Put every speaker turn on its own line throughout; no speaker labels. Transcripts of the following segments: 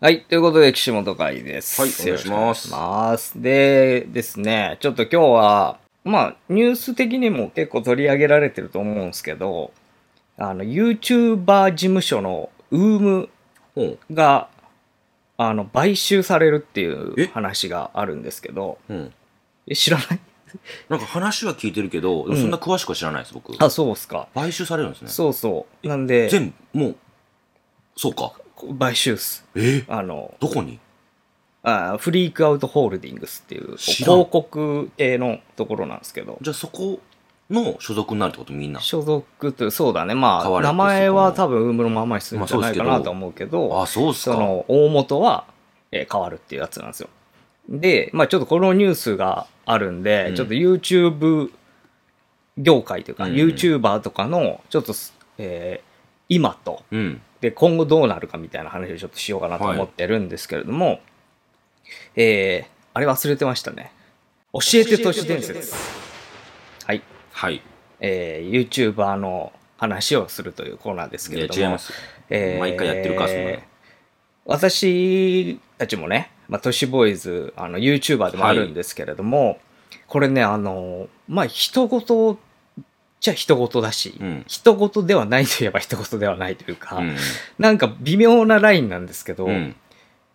はい。ということで、岸本会です。
はいお願いします
よろくお願いします。で、ですね、ちょっと今日は、まあ、ニュース的にも結構取り上げられてると思うんですけど、あの、YouTuber 事務所のウーム
ほう。
が、あの、買収されるってい
え
う話があるんですけど、
うん。
え知らない
なんか話は聞いてるけど、
ん
そんな詳しくは知らないです、僕。
あ、そうっすか。
買収されるんですね。
そうそう。なんで、
全部、もう、そうか。
買収っす。
え
あの、
どこに
あフリークアウトホールディングスっていう
知らん
広告系のところなんですけど、
じゃあそこの所属になるってことみんな。
所属という、そうだね、ま
変わ
あ、
ると
名前は多分、ウームのままにするんじゃないか
まあそうですけ
な
ど
と思うけど、
あ、そうっす
そ
か。
の、大元は、えー変わるっていうやつなんですよ。で、まあ、ちょっとこのニュースがあるんで、
うん
ちょっと YouTube 業界というか、
うんうん
YouTuber とかの、ちょっとす、えー今と、
うん。
で今後どうなるかみたいな話をちょっとしようかなと思ってるんですけれども、えー、あれ忘れてましたね教えて都市伝説はい、
はい。
えー、YouTuber の話をするというコーナーですけ
いや、
れども
違います。
えー
毎回やってるか、そんなの。
私たちもね、まあ、都市ボーイズあの YouTuber でもあるんですけれども、これねあのまあ人事じゃ人事だし、
うん
人事ではないといえば人事ではないというか、
うん。
なんか微妙なラインなんですけど、
うん。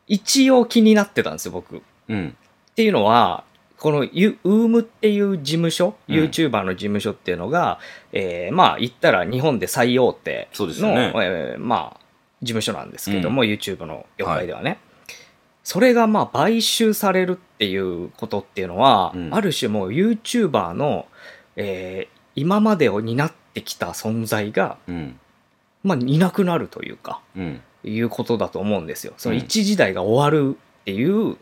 一応気になってたんですよ、僕。っ
うん。
ていうのは、このユウームっていう事務所、
うん
YouTuber の事務所っていうのが、えーまあ言ったら日本で最大手
そうですよ
の、
ね
えーまあ事務所なんですけども、YouTube の業界ではね。それがまあ買収されるっていうことっていうのは、
うん
ある種もう YouTuber の、えー今までを担ってきた存在が、
うん。
まあ、いなくなるというか、
うん。
いうことだと思うんですよ。その
うん
一時代が終わるっていう、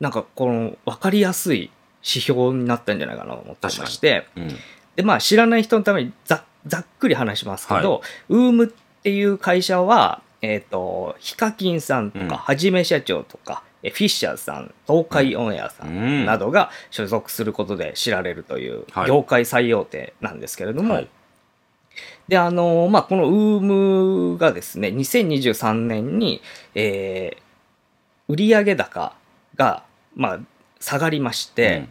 なんかこの分かりやすい指標になったんじゃないかなと思ってまして、
うん。
で、まあ知らない人のためにざざっくり話しますけど、ウームっていう会社は、えっ、と、ヒカキンさんと
うん
か、はじめ社長とか、えフィッシャーさん、東海オンエアさ
うんん。
などが所属することで知られるという
はい
業界最大手なんですけれども、
はい
で、あの、まあ、このウームがですね、2023年に、えー、売上高が、まあ、下がりまして、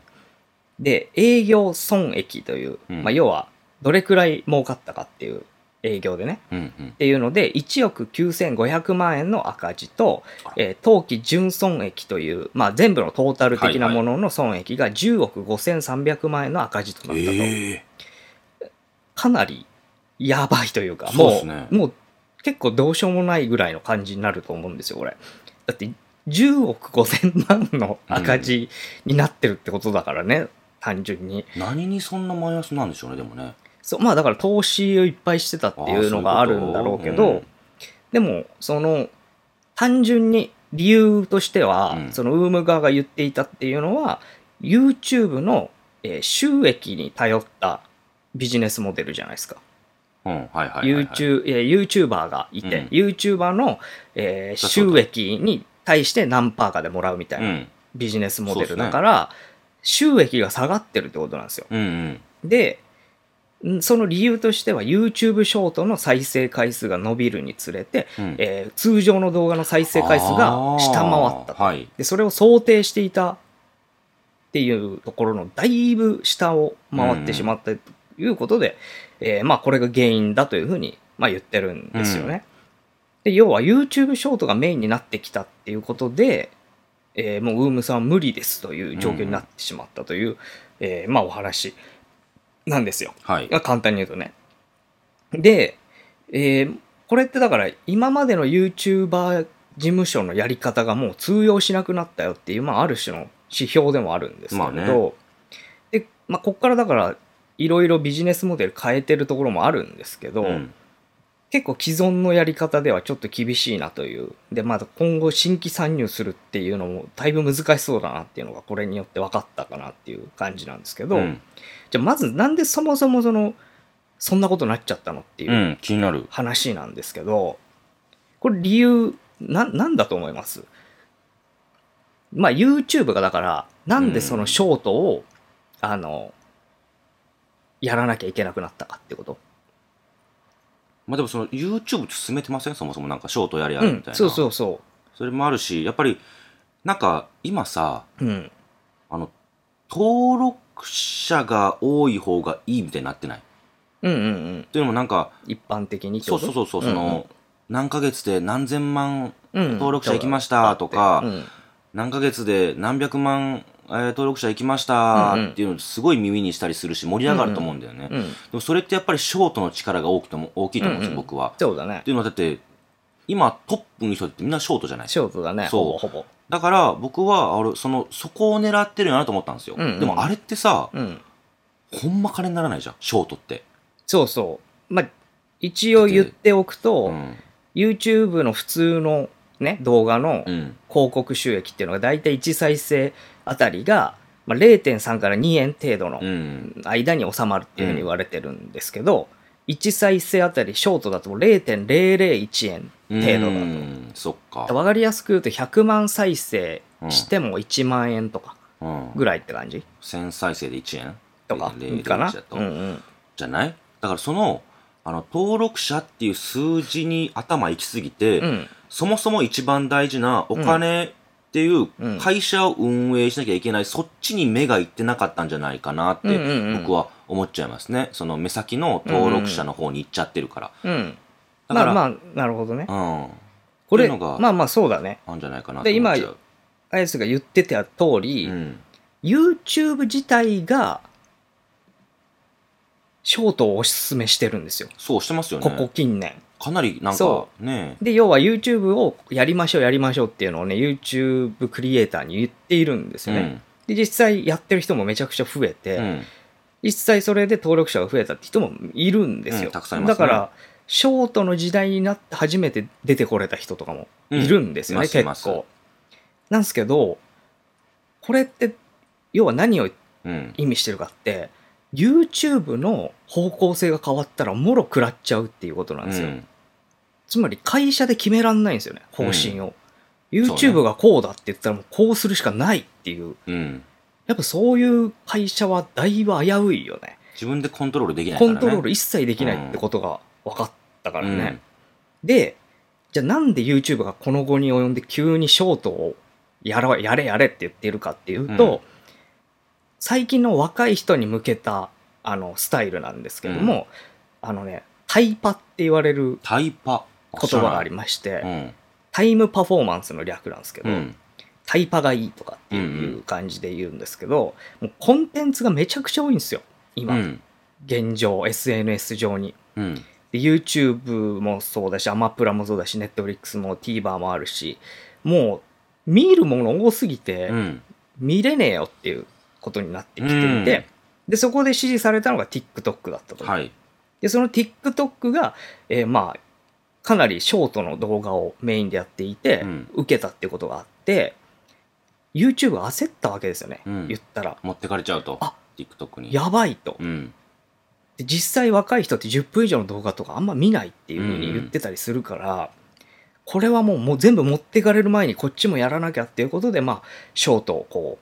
で、営業損益という、
うん
まあ、要は、どれくらい儲かったかっていう、営業でね、
うん。うん。うん
っ。ていうので、1億9500万円の赤字と
あら、
えー当期純損益という、まあ、全部のトータル的な
はいは
も
い
のの損益が10億5300万円の赤字となったと。
ええ。
かなりやばいというか、
そう
も
で
う
すね
もう結構どうしようもないぐらいの感じになると思うんですよ、これ。だって10億5000万の赤字になってるってことだからね、単純に。
何にそんなマイナスなんでしょうね、でもね。
そうまあだから投資をいっぱいしてたっていうのがあ
あーそう
る
いうこと
んだろうけど、でもその単純に理由としては、
うん
そのウーム側が言っていたっていうのは YouTube のえー収益に頼ったビジネスモデルじゃないですか。
うん。はいはいはいはい。
YouTube えー YouTuber がいて、
うん
YouTuber の、えー
そうそう。
収益に対して何パーかでもらうみたいうなんビジネスモデルだから、収益が下がってるってことなんですよ。
うんうん。
で、んその理由としては YouTube ショートの再生回数が伸びるにつれて、
うん
えー通常の動画の再生回数が下回った
あーはい。
でそれを想定していたっていうところのだいぶ下を回ってしまったということで、えーまあ、これが原因だというふうに、まあ、言ってるんですよね。で要は YouTube ショートがメインになってきたっていうことで、えーもうウームさんは無理ですという状況になってしまったという、えーまあ、お話なんですよ。
はい。
が簡単に言うとね。で、えーこれってだから今までの YouTuber 事務所のやり方がもう通用しなくなったよっていう、まあ、ある種の指標でもあるんですけれど、
まあね
で、まあ、こっからだからいろいろビジネスモデル変えてるところもあるんですけど、
うん
結構既存のやり方ではちょっと厳しいなという。で、まだ今後新規参入するっていうのもだいぶ難しそうだなっていうのがこれによって分かったかなっていう感じなんですけど、
うん、
じゃあまずなんでそもそもそのそんなことになっちゃったのっていううん
気になる。
話なんですけど、これ理由ななんだと思いますまあ YouTube がだからなんでそのショートを、あのやらなきゃいけなくなったかってこと
まあでもその YouTube って進めてませんそもそもなんかショートやりや
う
るみ
ん
たいな。
そうそうそう
それもあるし、やっぱり、なんか今さ、
うん。
あの、登録者が多い方がいいみたいになってない。
うんうんうん。
というのもなんか、
一般的にって
そ
こ
う
と
そうそうそう、その、何ヶ月で何千万
うんうん
登録者行きましたとか、
うん
何ヶ月で何百万、えー登録者行きました
うんうん
っていうのすごい耳にしたりするし盛り上がると思うんだよね、で
うん。
もそれってやっぱりショートの力が大きいと思大きいと思うんですよ、
うんうん
僕は。
そうだね
って。いうのはだって今トップの人ってみんなショートじゃない
ショートだね。
そう
ほぼほぼ。
だから僕はあれそのそこを狙ってるよなと思ったんですよ、
うんうん
でもあれってさ
うん。
ほんま金にならないじゃんショートって、
そうそう。まあ、一応言っておく
う
と、
ん
YouTube の普通のね、動画の
うん、
広告収益っていうのが大体1再生あたりが、まあ、0.3から2円程度の
うん
間に収まるっていうふうに言われてるんですけど、1再生あたりショートだと0.001円程度だ
うんそっか
と。わかりやすく言うと100万再生しても1万円とか
うん
ぐらいって感じ
1000再生で1円
とか
0.01
かな
だ。と
うんうん。
じゃないだからそのあの登録者っていう数字に頭行き過ぎて、
うん。
そもそも一番大事なお金っていう
うん
会社を運営しなきゃいけない、そっちに目が行ってなかったんじゃないかなっ
うんう
て
んうん
僕は思っちゃいますね、その目先の登録者の方に行っちゃってるから、
うん。
だ
ま
から
あまあ、なるほどね。
うん
これ、
っていうのが
まあまあそうだね。
あんじゃないかなって思っちゃう
あやつが言ってた通り、
うん
YouTube 自体が、ショートをおすすめしてるんですよ。
そうしてますよね
ここ近年。
かなりなんか
そ
ね
で、要は YouTube をやりましょう、やりましょうっていうのをね、YouTube クリエイターに言っているんですよね。で、実際やってる人もめちゃくちゃ増えて、
うんうん
実際それで登録者が増えたって人もいるんですよ。
うんたくさんいます
だ
ね
から、ショートの時代になって初めて出てこれた人とかもいるんですよね、
うんいます
結構。なんですけど、これって、要は何を
うん
意味してるかって、YouTube の方向性が変わったら、もろ食らっちゃうっていうことなんですよ。
うん
つまり会社で決めらんないんですよね、方針を。
そう
YouTube がこうだって言ったら、もうこうするしかないっていう。
うん
やっぱそういう会社はだいぶ危ういよね。
自分でコントロールできないか
コ
らね
ントロール一切できないってことが分かったからね。
うん
で、じゃあなんで YouTube がこの後に及んで急にショートをやろうやれやれって言っているかっていうと、
うん
最近の若い人に向けたあのスタイルなんですけども、あのね、タイパって言われる
タイパ
言葉がありまして、
うん
タイムパフォーマンスの略なんですけど、
うん
タイパがいいとかっていう感じで言うんですけど、もうコンテンツがめちゃくちゃ多いんですよ、
う
今、
ん
現状、SNS 上に。
うん
で YouTube もそうだし、アマプラもそうだし、Netflix も TVer もあるし、もう見るもの多すぎて
う、ん
見れねえよっていうことになってきていて、で、そこで支持されたのが TikTok だったと。
はい
で、その TikTok が、えーまあ、かなりショートの動画をメインでやっていて、
うん
受けたってことがあって、YouTube が焦ったわけですよね、
うん
言ったら。
持ってかれちゃうと
あ
TikTok に
やばいと。
うん
で実際若い人って10分以上の動画とかあんま見ないっていうふうに言ってたりするから、これはもうもう全部持ってかれる前にこっちもやらなきゃっていうことでまあショートをこ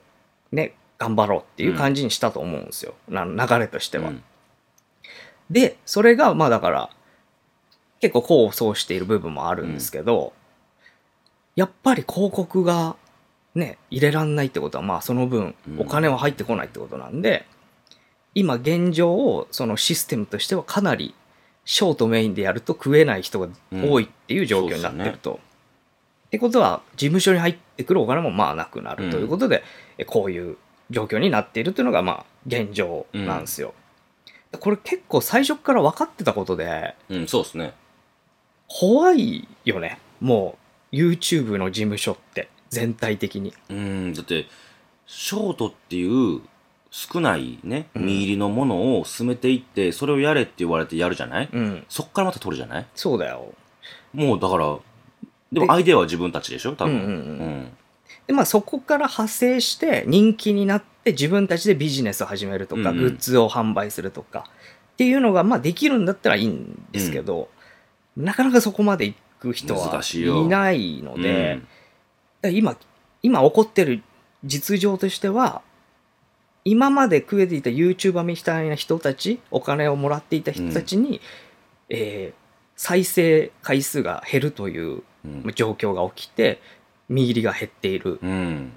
うね頑張ろうっていう感じにしたと思うんですよ、な流れとしては。
うん
でそれがまあだから結構功を奏している部分もあるんですけど、やっぱり広告がね入れらんないってことはまあその分
うん
お金は入ってこないってことなんで、今現状をそのシステムとしてはかなりショートメインでやると食えない人が多いっていう状況になってると。ってことは事務所に入ってくるお金もまあなくなるということで、えこういう状況になっているというのがまあ現状なんですよ。これ結構最初から分かってたことで
うんそうですね
怖いよねもう YouTube の事務所って全体的に
うんだってショートっていう少ないね
うん
見入りのものを進めていってそれをやれって言われてやるじゃない
うん
そっからまた取るじゃない
そうだよ
もうだから
で
でもアイデアは自分たちでしょ多
うんう
分
ん
う
うん
ん
でまあそこから派生して人気になって自分たちでビジネスを始めるとか、
うん
グッズを販売するとかっていうのがまあできるんだったらいいんですけど、なかなかそこまで行く人は
難しいよ
いないので
うん
だから今今起こってる実情としては今まで食えていた YouTuber みたいな人たちお金をもらっていた人たちに、えー再生回数が減るという
うん
状況が起きて見入りが減っている。
うん。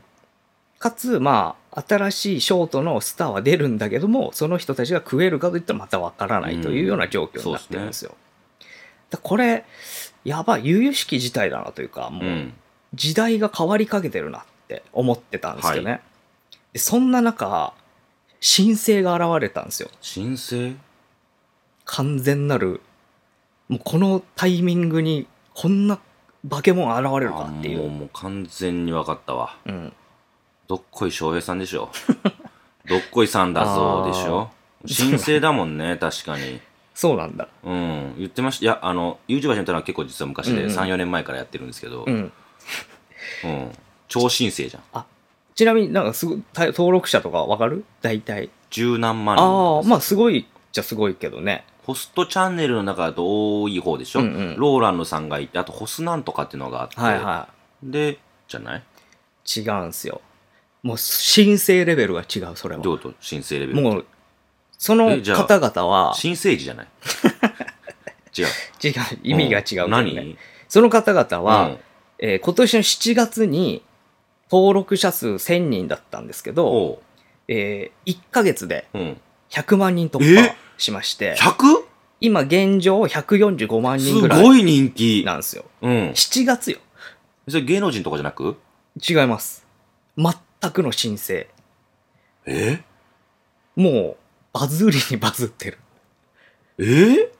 かつ、まあ、新しいショートのスターは出るんだけども、その人たちが食えるかといったらまたわからないというような状況になってるんですよ。だこれ、やばい、悠々しき事態だなというか、も
う
う、
ん。
時代が変わりかけてるなって思ってたんですよね。
は
でそんな中、新星が現れたんですよ。
申請
完全なる、もうこのタイミングにこんな化け物現れるかってい
もう
う。
もう完全に分かったわ。
うん、
どっこい翔平さん でしょ。どっこいさんだぞでしょ。申請だもんね、確かに。
そうなんだ。
うん。言ってました。いや、あの、YouTuber 始めたのは結構実は昔
うん
で、
うん
3、4年前からやってるんですけど、う。
うんん、
超新星じゃん。
ちなみになんかすごいた登録者とかわかる大体。
十何万人。
ああ、まあすごいっちゃすごいけどね。
ホストチャンネルの中だと多い方でしょ、
うんうん
ローランドさんがいて、あとホスなんとかっていうのがあって、
はいは
で、じゃない
い。違うんすよ。もう申請レベルが違う、それは。
どういうこと申請レベル。
もう、その
えじゃあ
方々は、
新生児じゃない 違う。
違う、意味が違うけど
ん
ね、
何
その方々は、
うん
えー今年の7月に登録者数1000人だったんですけど、
おう
え1ヶ月で
うん。
100万人突破
え
しまして、
100?
今現状145万人
す
ぐらい
ごい人気。
なんですよ。
うん。
7月よ。
それ芸能人とかじゃなく
違います。全くの申請。
え
もう、バズりにバズってる。
え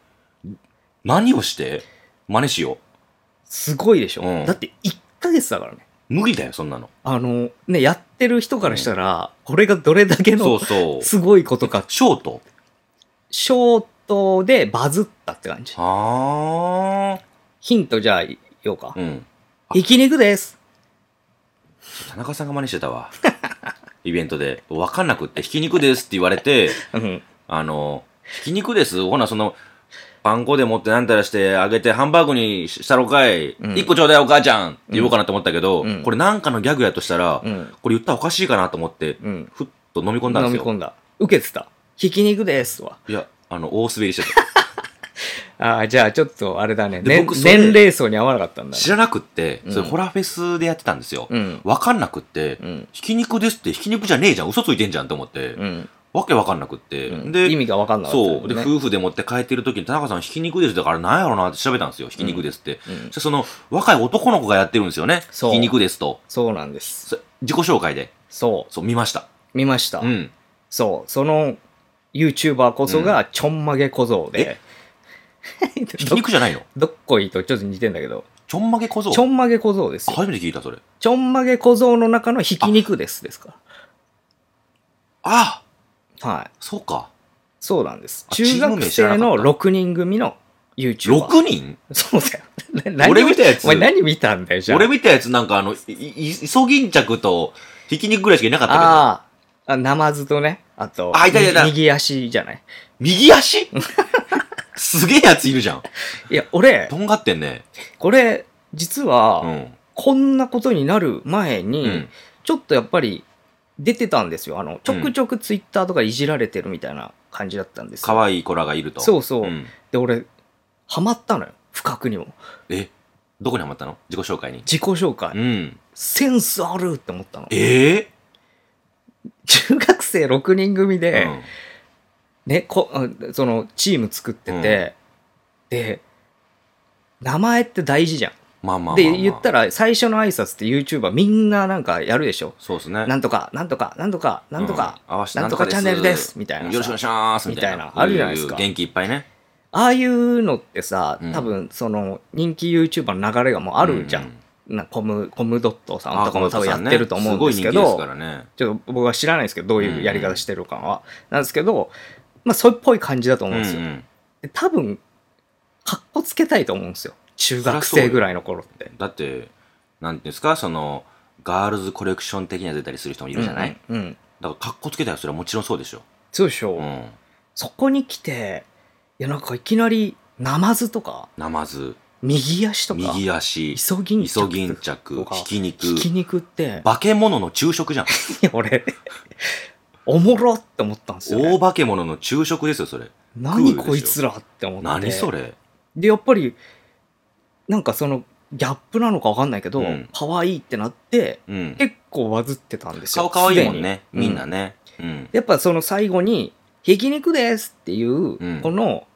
何をして真似しよ
すごいでしょ、
うん
だって1ヶ月だからね。
う。無理だよ、そんなの。
あの、ね、やってる人からしたら、これがどれだけ
そ
の
うそう。
すごいことか。
ショート。
ショートでバズったって感じ。
は
ヒントじゃあ、言おうか
あ。。うん。
ひき肉です。
田中さんが真似して たわ。イベントで。わかんなくって、ひき肉ですって言われて、
うん。
あの、ひき肉です。ほな、その、パン粉でもってなんたらして揚げてハンバーグにしたろかい。一、
うん
個ちょうだいお母ちゃんって言おうかなと思ったけど、
うん
これなんかのギャグやとしたら、
うん。
これ言ったらおかしいかなと思って、
うん。
ふっと飲み込んだん
飲
です
み
よ。
込んだ。受けてた。ひき肉ですわ。
いや、あの、大滑りしてた。
ああ、じゃあちょっとあれだね。
で
ね
僕それ
年齢層に合わなかったんだね
知らなくって、
うん
それホラーフェスでやってたんですよ。
うん。
わかんなくって、
うん。
ひき肉ですってひき肉じゃねえじゃん。嘘ついてんじゃんと思って、
うん。
わけわかんなくって。
うん
で、
意味が分かんなかった
そ
よ
う。
ね、
で、夫婦で持って帰ってる時に田中さんひき肉ですだからなんやろなって調べたんですよ。ひき肉ですって。
うん
そしたらその若い男の子がやってるんですよね。
そう
ひき肉ですと。
そうなんです。
そ自己紹介で。
そう。
そう、見ました。
見ました。
うん。
そう。その YouTuber こそがちょんまげ小僧で。
ひき
ど
肉じゃないの
どっこいとちょっと似てんだけど、
ちょんまげ小僧。
ちょんまげ小僧です
あ
よ。
初めて聞いた、それ。
ちょんまげ小僧の中のひき肉ですですか
あ
ら。はい。
そうか。
そうなんです。
あ
中学生の6人組の YouTuber。
6人
そう だよ。な何
俺見たやつ
お前何見たんだよ、じゃあ。
俺見たやつなんかあの、い、い、イソギンチャクとひき肉ぐらいしかいなかったけど。
ああ。あ、ナマズとね、あと、
あいたいたいた
右右足じゃない。
右足 すげえやついるじゃん。
いや、俺
と、んがってんね。
これ、実
う
は、
ん。
こんなことになる前
う
に
ん、。
ちょっとやっぱり出てたんですよ。あの、ちょくちょくツイッターとかいじられてるみたいな感じだったんですよ。
可愛い子らがいると。
そうそう
うん
で、俺、ハマったのよ。深くにも。
えどこにハマったの自己紹介に。
自己紹介。
うん。
センスあるって思ったの。
ええ
中学生6人組で、
うん
ね、こあそのチーム作ってて、で名前って大事じゃん。
まあまあまあまあ。
で言ったら最初の挨拶って YouTuber みんななんかやるでしょ。
そうですね。
なんとかなんとかなんとかなんとか、
うん合わせて
なんとかチャンネルですみたいな
よろしくお願いしますみたい
み
な
たいなあるじゃないですか
元気いっぱいね
ああいうのってさ
うん
多分その人気 YouTuber の流れがもうあるじゃん。
う
なコムコムドットさ
あ
んとかも多分やってると思うんですけ
すごい人
ど
気ですからね
ちょっと僕は知らないですけどどういうやり方してるかは、なんですけどまあそれっぽい感じだと思うんですよ。
うんうん
で多分かっこつけたいと思うんですよ中学生ぐらいの頃って
だってなんていうんですかそのガールズコレクション的には出たりする人もいるじゃない、
うん、うん
だからかっこつけたらそれはもちろんそうでしょ
そうでしょ、
う
うんそこに来ていやなんかいきなりナマズとか
ナマズ
右足とか
右足
イソギン
イ
チャ
ソ
ク
ギンチャク
とか
ひき肉
ひき肉って
化け物の昼食じゃん
俺おもろって思ったんですよ、
大
ね、
化け物の昼食ですよそれ
何こいつらって思って
何それ
でやっぱりなんかそのギャップなのかわかんないけど、
うん
可愛いってなって、
うん。
結構バズってたんですよ。
顔可愛いもんね、
すでに
みんなね。うん。
やっぱその最後に、ひき肉ですっていう、
うん
この、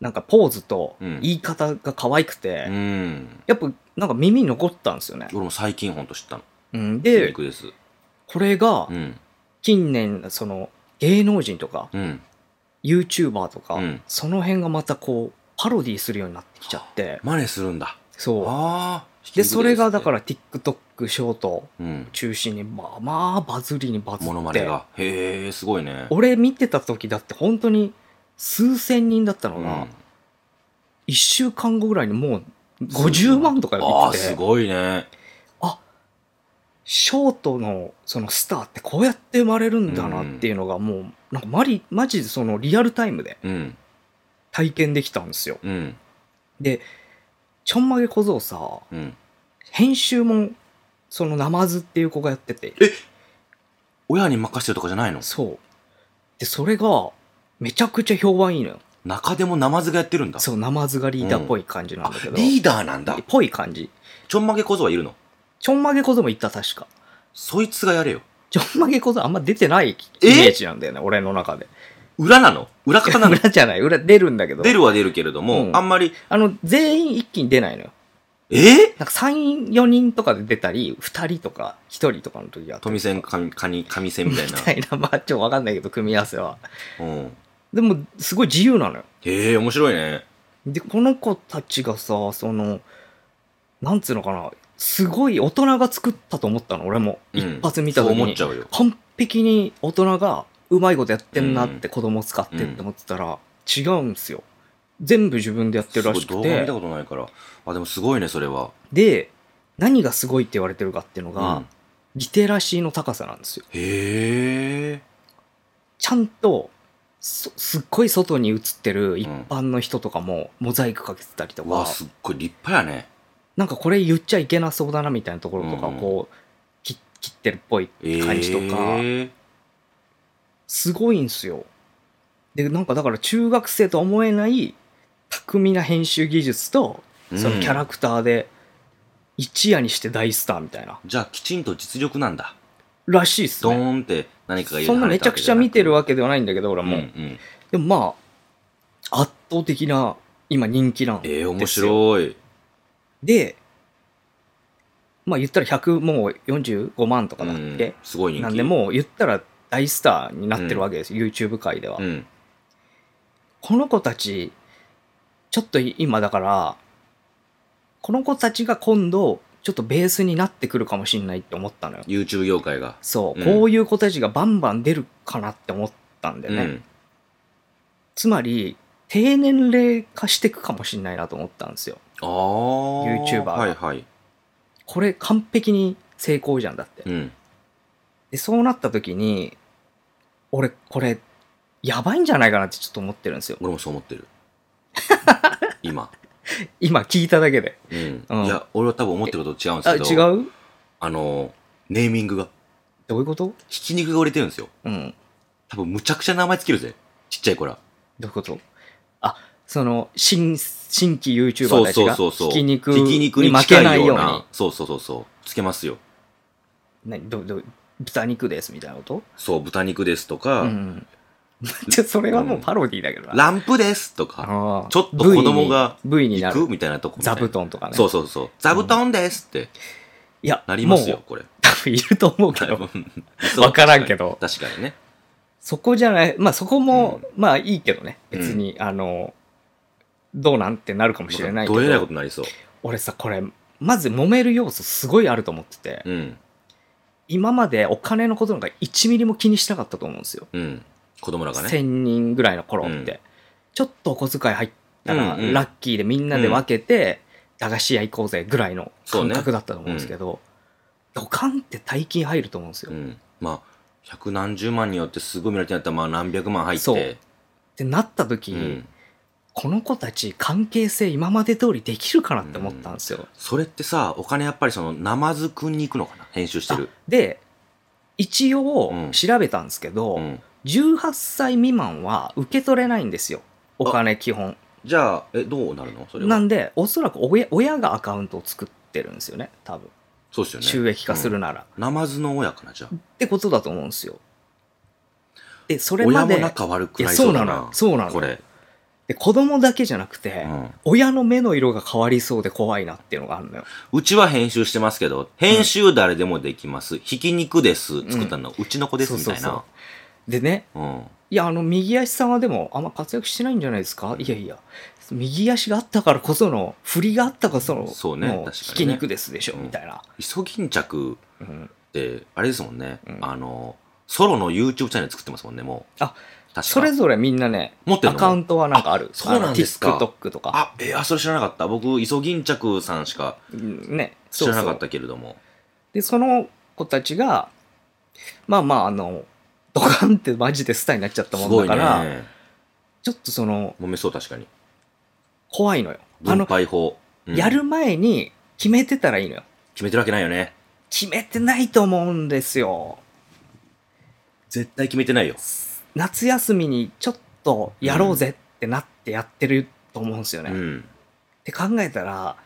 なんかポーズと
うん
言い方が可愛くて、
うん。
やっぱなんか耳に残ったんですよね。
俺も最近ほんと知ったの。
うん、
筋
で、
肉です。
これが
うん。
近年、その芸能人とか、
うん。
YouTuber とか、
うん
その辺がまたこう、パロディするようになってきちゃって、
真似するんだ。
そ
ああ。。
う。で、それがだからら TikTok、ショート
うん。
中心に、まあまあバズりにバズ
モノ
っ
マ
て
ネ、が。へえ、すごいね。
俺見てた時だって本当に数千人だった
う
の
ん
が、1週間後ぐらいにもう50万とか
あ
言っ
あ、
て
す
て、
ごいね。
ショートのそのスターってこうやって生まれるんだなっていうのがもう、なんかマリマジでそのリアルタイムで
うん。
体験できたんですよ。
うん。
で、ちょんまげ小僧さ、
うん。
編集もそのナマズっていう子がやってて、
親に任せてるとかじゃないの
そう。で、それがめちゃくちゃ評判いいのよ。
中でもナマズがやってるんだ。
そう、ナマズがリーダーっぽい感じな
あ
んだけど、
リーダーなんだ。
ぽい感じ。
ちょんまげ小僧はいるの
ちょんまげ小僧も言った確か。
そいつがやれよ。
ちょんまげ小僧あんま出てないイ
え
メージなんだよね、俺の中で。
裏なの裏方なの
裏じゃない、 裏出るんだけど。
出るは出るけれども、
うん
あんまり、
あの、全員一気に出ないのよ。
えー、
なんか3、4人とかで出たり、2人とか1人とかの時があって。
富線、かみ、かに、神線みたい
み
な。
たいな、まあちょっとわかんないけど、組み合わせは。
うん。
でも、すごい自由なのよ。
へえ、面白いね。
で、この子たちがさ、その、なんつうのかな、すごい大人が作ったと思ったの、俺も。
うん
一発見た時
そう思っ
に
ち。ゃうよ。
完璧に大人がうまいことやってんなって子供使ってって思ってたら、違うんですよ。全部自分でやってるらし
すご
く
い動画見た
て。
ことないから。あ、でもすごいね、それは。
で、何がすごいって言われてるかっていうのが、
うん
リテラシーの高さなんですよ。
へえ。
ちゃんと、そすっごい外に映ってる一般の人とかもモザイクかけてたりとか、
わあ、すっごい立派やね。
なんかこれ言っちゃいけなそうだなみたいなところとかを
うん
こう、き切ってるっぽい
ええ。
感じとか、すごいんすよ。で、なんかだから中学生とは思えない巧みな編集技術と、そのキャ
う
ラ
ん
クターで一夜にして大スターみたいな。
じゃあ、きちんと実力なんだ。
らしいっす
ド
ね。
ーンって何かが
そんなめちゃくちゃ見てる
わ
わけではないんだけど、俺は
け
も
も
う。
ん。うん。
でもまあ、圧倒的な今人気なん
ええ、面
ですよ
白い。
で、まあ言ったら100、もう45万とか
う
だっ
ん
け、
すごい人気。
なんで、もう言ったら大スターになってるわけです、YouTube 界では。
うん。
この子たち、ちょっと今だから、この子たちが今度、ちょっとベースになってくるかもしれないって思ったのよ。
YouTube 業界が。
そう、
うん
こういう子たちがバンバン出るかなって思ったんだよね。
うん。
つまり、低年齢化していくかもしれないなと思ったんですよ。
ああ。
YouTuber が
はいはい。
これ完璧に成功じゃんだって。
うん。
で、そうなった時に、俺、これ、やばいんじゃないかなってちょっと思ってるんですよ。
俺もそう思っ てる。今。
今聞いただけで。
うん。
うん
いや、俺は多分思ってることと違うんで
あ、
すけど。
違
う。
う
あの、ネーミングが。
どういうこと
ひき肉が売れてるんですよ。
うん。
多分むちゃくちゃ名前つけるぜ。ちっちゃい子ら。
どういうことあその新新規
そ
YouTuber
う
たち
そう
が
そうそう。
ひき肉
ひき肉
に
に
負け
近
ないいよ
よう
うに
な。そうそうそうそう。つけますよ。
何どうどう豚肉ですみたいなこと、
そう、豚肉ですと
う
か、
ん、 じゃそれはもうパロディだけどな、
ランプですとか、
あー
ちょっと子供が
V に V に
行
な
く
る
みたいなとこみたい
座
な
布団とかね
そうそうそう。座布団ですって
いや
なりますよ
もう、
これ。
多分いると思うけど
わ
分からんけど
確かにね。
そこじゃないまあそこも、まあいいけどね
うん
別に、あのどうなんてなるかもしれないけ
どえらいこ
ど
とになりそう。
俺さこれまず揉める要素すごいあると思ってて、
うん。
今までお金のことなんか1ミリも気にしなかったと思うんですよ
うん。子供らがね。
1000人ぐらいの頃って、
うん
ちょっとお小遣い入ったら、
うんうん
ラッキーでみんなで分けて、駄菓子屋行こうぜぐらいの感覚だったと思うんですけど、ドカンって大金入ると思うんですよ。
う
っ
ん。まあ、百何十万によってすごい見られてなったら、まあ何百万入って。
そうてなった時、
うん。
この子たち関係性今まで通りできるかなって思ったんですよ。
それってさ、お金やっぱりその、ナマズくんに行くのかな編集してる。
で一応
うん
調べたんですけど、
うん。
18歳未満は受け取れないんですよお金基本
じゃあ、え、どうなるのそれ
な
は。
んで、おそらく親親がアカウントを作ってるんですよね、多分
そうですよね。
収益化する
うん
なら。
ナマズの親かな、じゃあ。
ってことだと思うんですよ。で、それ
親
まで
も、仲悪く
い
な
や
り
そ
そううだ
な
な
の。そうなの
これ。
で、子供だけじゃなくて、
うん
親の目の色が変わりそうで怖いなっていうのがあるのよ。
うちは編集してますけど、編集誰でもできます。ひき肉です。作ったの、うちの子です、みたいな。
う。でね、
うん。
いや、あの、右足さんはでも、あんま活躍してないんじゃないですかいやいや、右足があったからこその、振りがあったからこその、
そうね
も
確かにね
ひき肉ですでしょ、
うん
みたいな。
イソギンチャク
うん
って、あれですもんね、
うん
あの、ソロの YouTube チャンネル作ってますもんね、もう。
あ、
確か
それぞれみんなね、
持ってん
ア
の
カウントはなんかある。
あそうなんですか
あの TikTok とか。
あ、えー、あそれ知らなかった。僕、イソギンチャクさんしか
うんね。
知らなか
そう
っ
そう
たけれども。
で、その子たちが、まあまあ、あの、ドカンってマジでスターになっちゃった
す
も
ご
ん
い
だから、
ね。
ちょっとその、
揉めそう、確かに。
怖いのよ。あ
分
の、
配法。うん
やる前に決めてたらいいのよ。
決めてるわけないよね。
決めてないと思うんですよ。
絶対決めてないよ。
夏休みにちょっとやろうぜってなってやってると思うんですよ
う
ね。っ
ん。
て考えたら、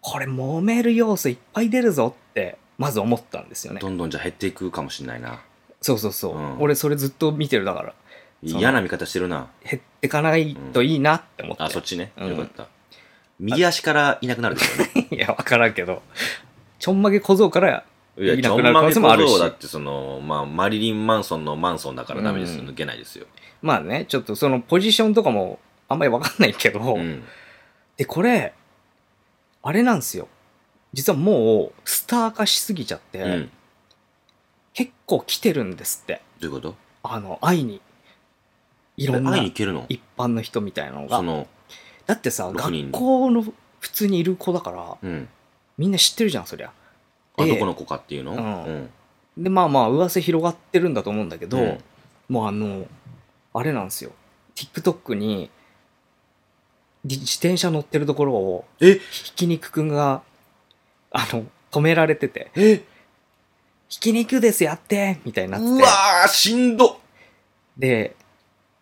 これ揉める要素いっぱい出るぞって、まず思ったんですよね。
どんどんじゃあ減っていくかもしれないな。
そうそうそう。
うん
俺それずっと見てるだから、そう
嫌な見方してるな。
減ってかないといいなって思って。
あ、そっちね。
うん
よかった。右足からいなくなるでしょうね。
いや、わからんけど。ちょんまげ小僧から、
い や、
い
ち
な
ょ
く
ん
なる可
ま
能
げ
性もあるし
小僧だって、その、まあ、マリリン・マンソンのマンソンだからダメですよ。
うん
抜けないですよ。
まあね、ちょっとそのポジションとかもあんまりわかんないけど、
うん。
で、これ、あれなんですよ。実はもう、スター化しすぎちゃって、
うん。
結構来てるんですって。
どういうこと
あの、会いに。いろんな
会いに行けるの
一般の人みたいなの
そ
が。
の、
だってさ、
六人
学校の普通にいる子だから、
うん。
みんな知ってるじゃん、そりゃ。
あ、
で
どこの子かっていうの
うん
うん。
で、まあまあ、噂広がってるんだと思うんだけど、
うん
もうあの、あれなんですよ。TikTok に、じ自転車乗ってるところを、
え
ひき肉くんが、あの、止められてて、
え
ひき肉です、やってみたいになって。
うわー、しんど
で、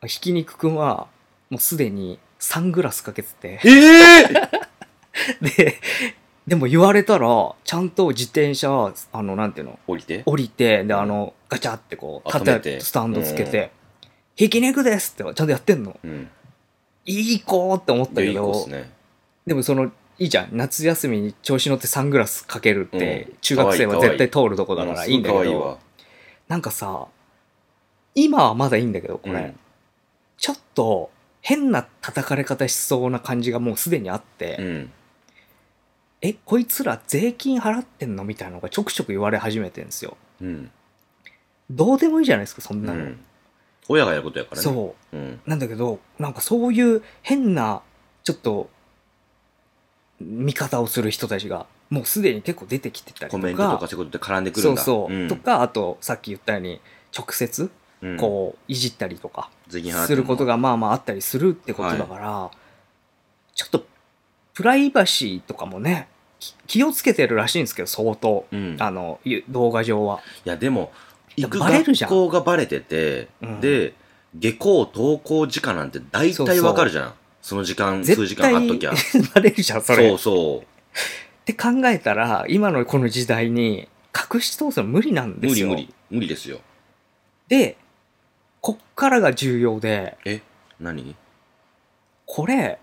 ひき肉くんは、もうすでにサングラスかけてて、
ええ
で、でも言われたら、ちゃんと自転車、あの、なんていうの、
降りて
降りて、で、あの、ガチャってこう、
あ止
立て
めて
スタンドつけて、ひき肉ですって、ちゃんとやってんの。
うん。
いい子って思った
で、
け
いい子っ
ど
す、ね。
でもその、いいじゃん。夏休みに調子乗ってサングラスかけるって、
うん
中学生は
かわいい
絶対通るとこだからいいんだけ
うすごい可愛い
ど、
わ
なんかさ、今はまだいいんだけど、これ、
うん
ちょっと変な叩かれ方しそうな感じがもうすでにあって、
うん。
え、こいつら税金払ってんのみたいなのがちょくちょく言われ始めてんですよ。
うん。
どうでもいいじゃないですか、そん
う
なの。
ん。親がやることやからね。
そう。
う。うん。
なんだけど、なんかそういう変な、ちょっと、見方をする人たちが、もうすでに結構出てきてたりと
コ
か、
メントとかそういうことで絡んでくる
そ
ん
う
だ。
そう、
ん
と、か、あと、さっき言ったように、直接、
うん
こう、いじったりとか、
税金払ってんの
することがまあまああったりするってことだから、ちょっと、プライバシーとかもね、き気をつけてるらしいんですけど、相当。
うん、
あの、ゆ動画上は。
いやでも
いや
行く
バレるじゃ
学
ん
校がバレてて、
うん
で下校登校時間なんて大
そうそ
体
う
わかるじゃんその時間数時
絶対
間あっときゃ
バレるじゃん、 それ。
そうそ
って考えたら今のこの時代に隠し通すの無理なん
う
で
無
す
理
よ
無理無理ですよ
でこっからが重要で
何
これ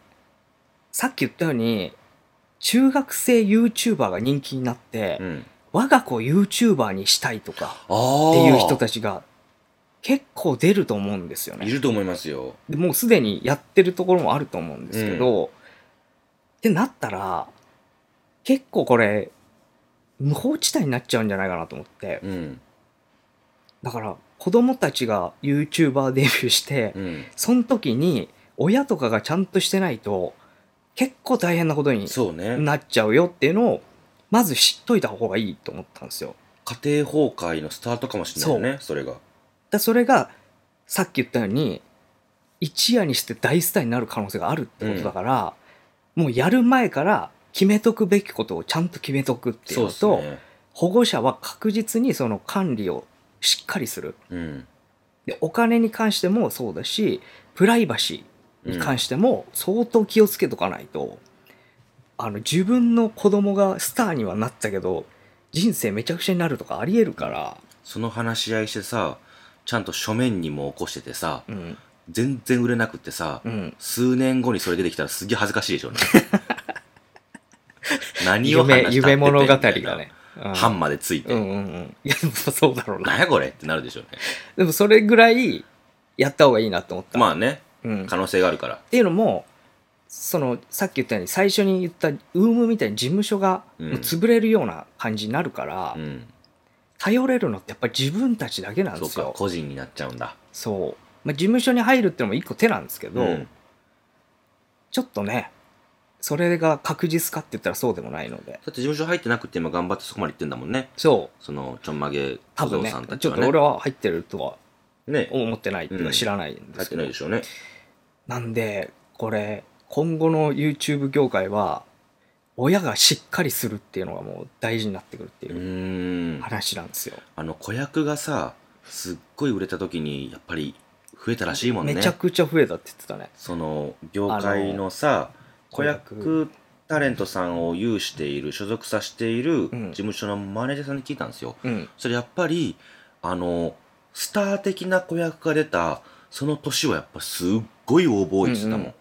さっき言ったように中学生 YouTuber が人気になって、
うん
我が子 YouTuber にしたいとか
ああ
っていう人たちが結構出ると思うんですよね
いると思いますよ
でもうすでにやってるところもあると思うんですけど、ってなったら結構これ無法地帯になっちゃうんじゃないかなと思って、
うん
だから子供たちが YouTuber デビューして、
うん
その時に親とかがちゃんとしてないと結構大変なことに
そうね
なっちゃうよっていうのをまず知っといた方がいいと思ったんですよ。
家庭崩壊のスタートかもしれないよねそれが
だそれがさっき言ったように一夜にして大スターになる可能性があるってことだから、もうやる前から決めとくべきことをちゃんと決めとくっていう
そう
の
で
と
すね
保護者は確実にその管理をしっかりする
うん
でお金に関してもそうだしプライバシに関しても相当気をつけとかないと、あの自分の子供がスターにはなったけど人生めちゃくちゃになるとかありえるから、
その話し合いしてさちゃんと書面にも起こしててさ
うん
全然売れなくってさ、
うん、
数年後にそれ出てきたらすげえ恥ずかしいで しょうね何を話した
夢
って
夢物語が
みたい
ね
な。
うん
ハンマーでついて、
うんうんうん。いや、でもそうだろう
なん
な。
やこれってなるでしょうね
でもそれぐらいやった方がいいなと思った。
まあね
うん、っ
可能性があるから
ていうのも、そのさっき言ったように最初に言ったウームみたいに事務所が
うん
もう潰れるような感じになるから、
うん
頼れるのってやっぱり自分たちだけなんで
そう
す
か
よ。そう
個人になっちゃうんだ
まあ、事務所に入るってのも一個手なんですけど、
うん
ちょっとねそれが確実かって言ったらそうでもないので
だって事務所入ってなくて今頑張ってそこまで行ってんだもんね
そう
そのちょんまげ
多
小
分
僧
ね
さんた
ち
ち
ょっ
は
と
ね
俺は入ってるとは
ね
思ってないっていう
う
か
ん
知らないんで
入っ
すけ
て
ど、
ないでしょうね
なんで、これ、今後の YouTube 業界は、親がしっかりするっていうのがもう大事になってくるって
う
いう
ーん
話なんですよ。
あの子役がさすっごい売れた時にやっぱり増えたらしいもんね
めちゃくちゃ増えたって言ってたね。
その業界のさ子
子役
役タレントさんを有している所属させている
うん
事務所のマネージャーさんに聞いたんですよ、
うん。
それやっぱりあのスター的な子役が出たその年はやっぱすっごい応募いってたもん、
うんうん
うん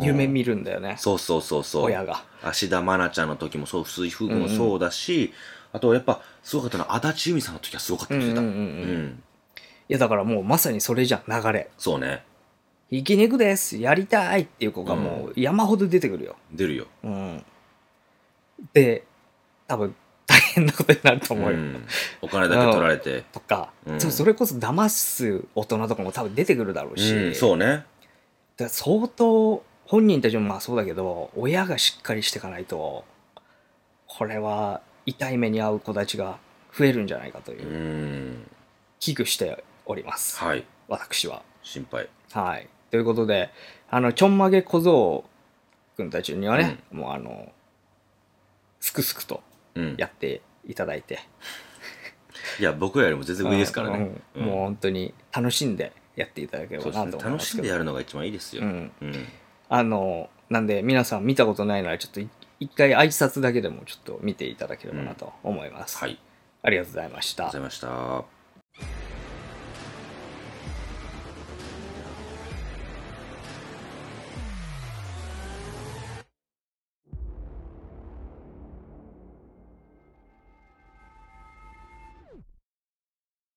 夢見るんだよね。
そうそうそうそう
親が。
芦田愛菜ちゃんの時もそう水風君もそうだし、あとやっぱすごかったのは足立由美さんの時はすごかった
う
っ
ん
て
う
言っ
んう
てた、
ん
う
う
ん
ん。いや、だからもうまさにそれじゃん、流れ。
そうね
ひき肉です、やりたいっていう子がもう山ほど出てくるよ。
出るよ
うん。で、多分大変なことになると思うよ。
んお金だけ取られて
とか、
うん
そうそれこそ騙す大人とかも多分出てくるだろうし、
うんそうね
だから相当本人たちもまあそうだけど親がしっかりしていかないとこれは痛い目に遭う子たちが増えるんじゃないかといううん危惧しております、
はい
私は。
心配
はい、ということであのちょんまげ小僧くんたちにはね、もうあのすくすくと
うん
やっていただいて、
いや僕らよりも全然上ですからね
うんもう本当に楽しんでやっていただければ
そう
な
です
と思
ね
いま
楽
す
し
けど
んでやるのが一番いいですよ
うん、
うん
あのなんで皆さん見たことないならちょっとい一回挨拶だけでもちょっと見ていただければなと思います、
はいありがとう
ありがとうございました
ございました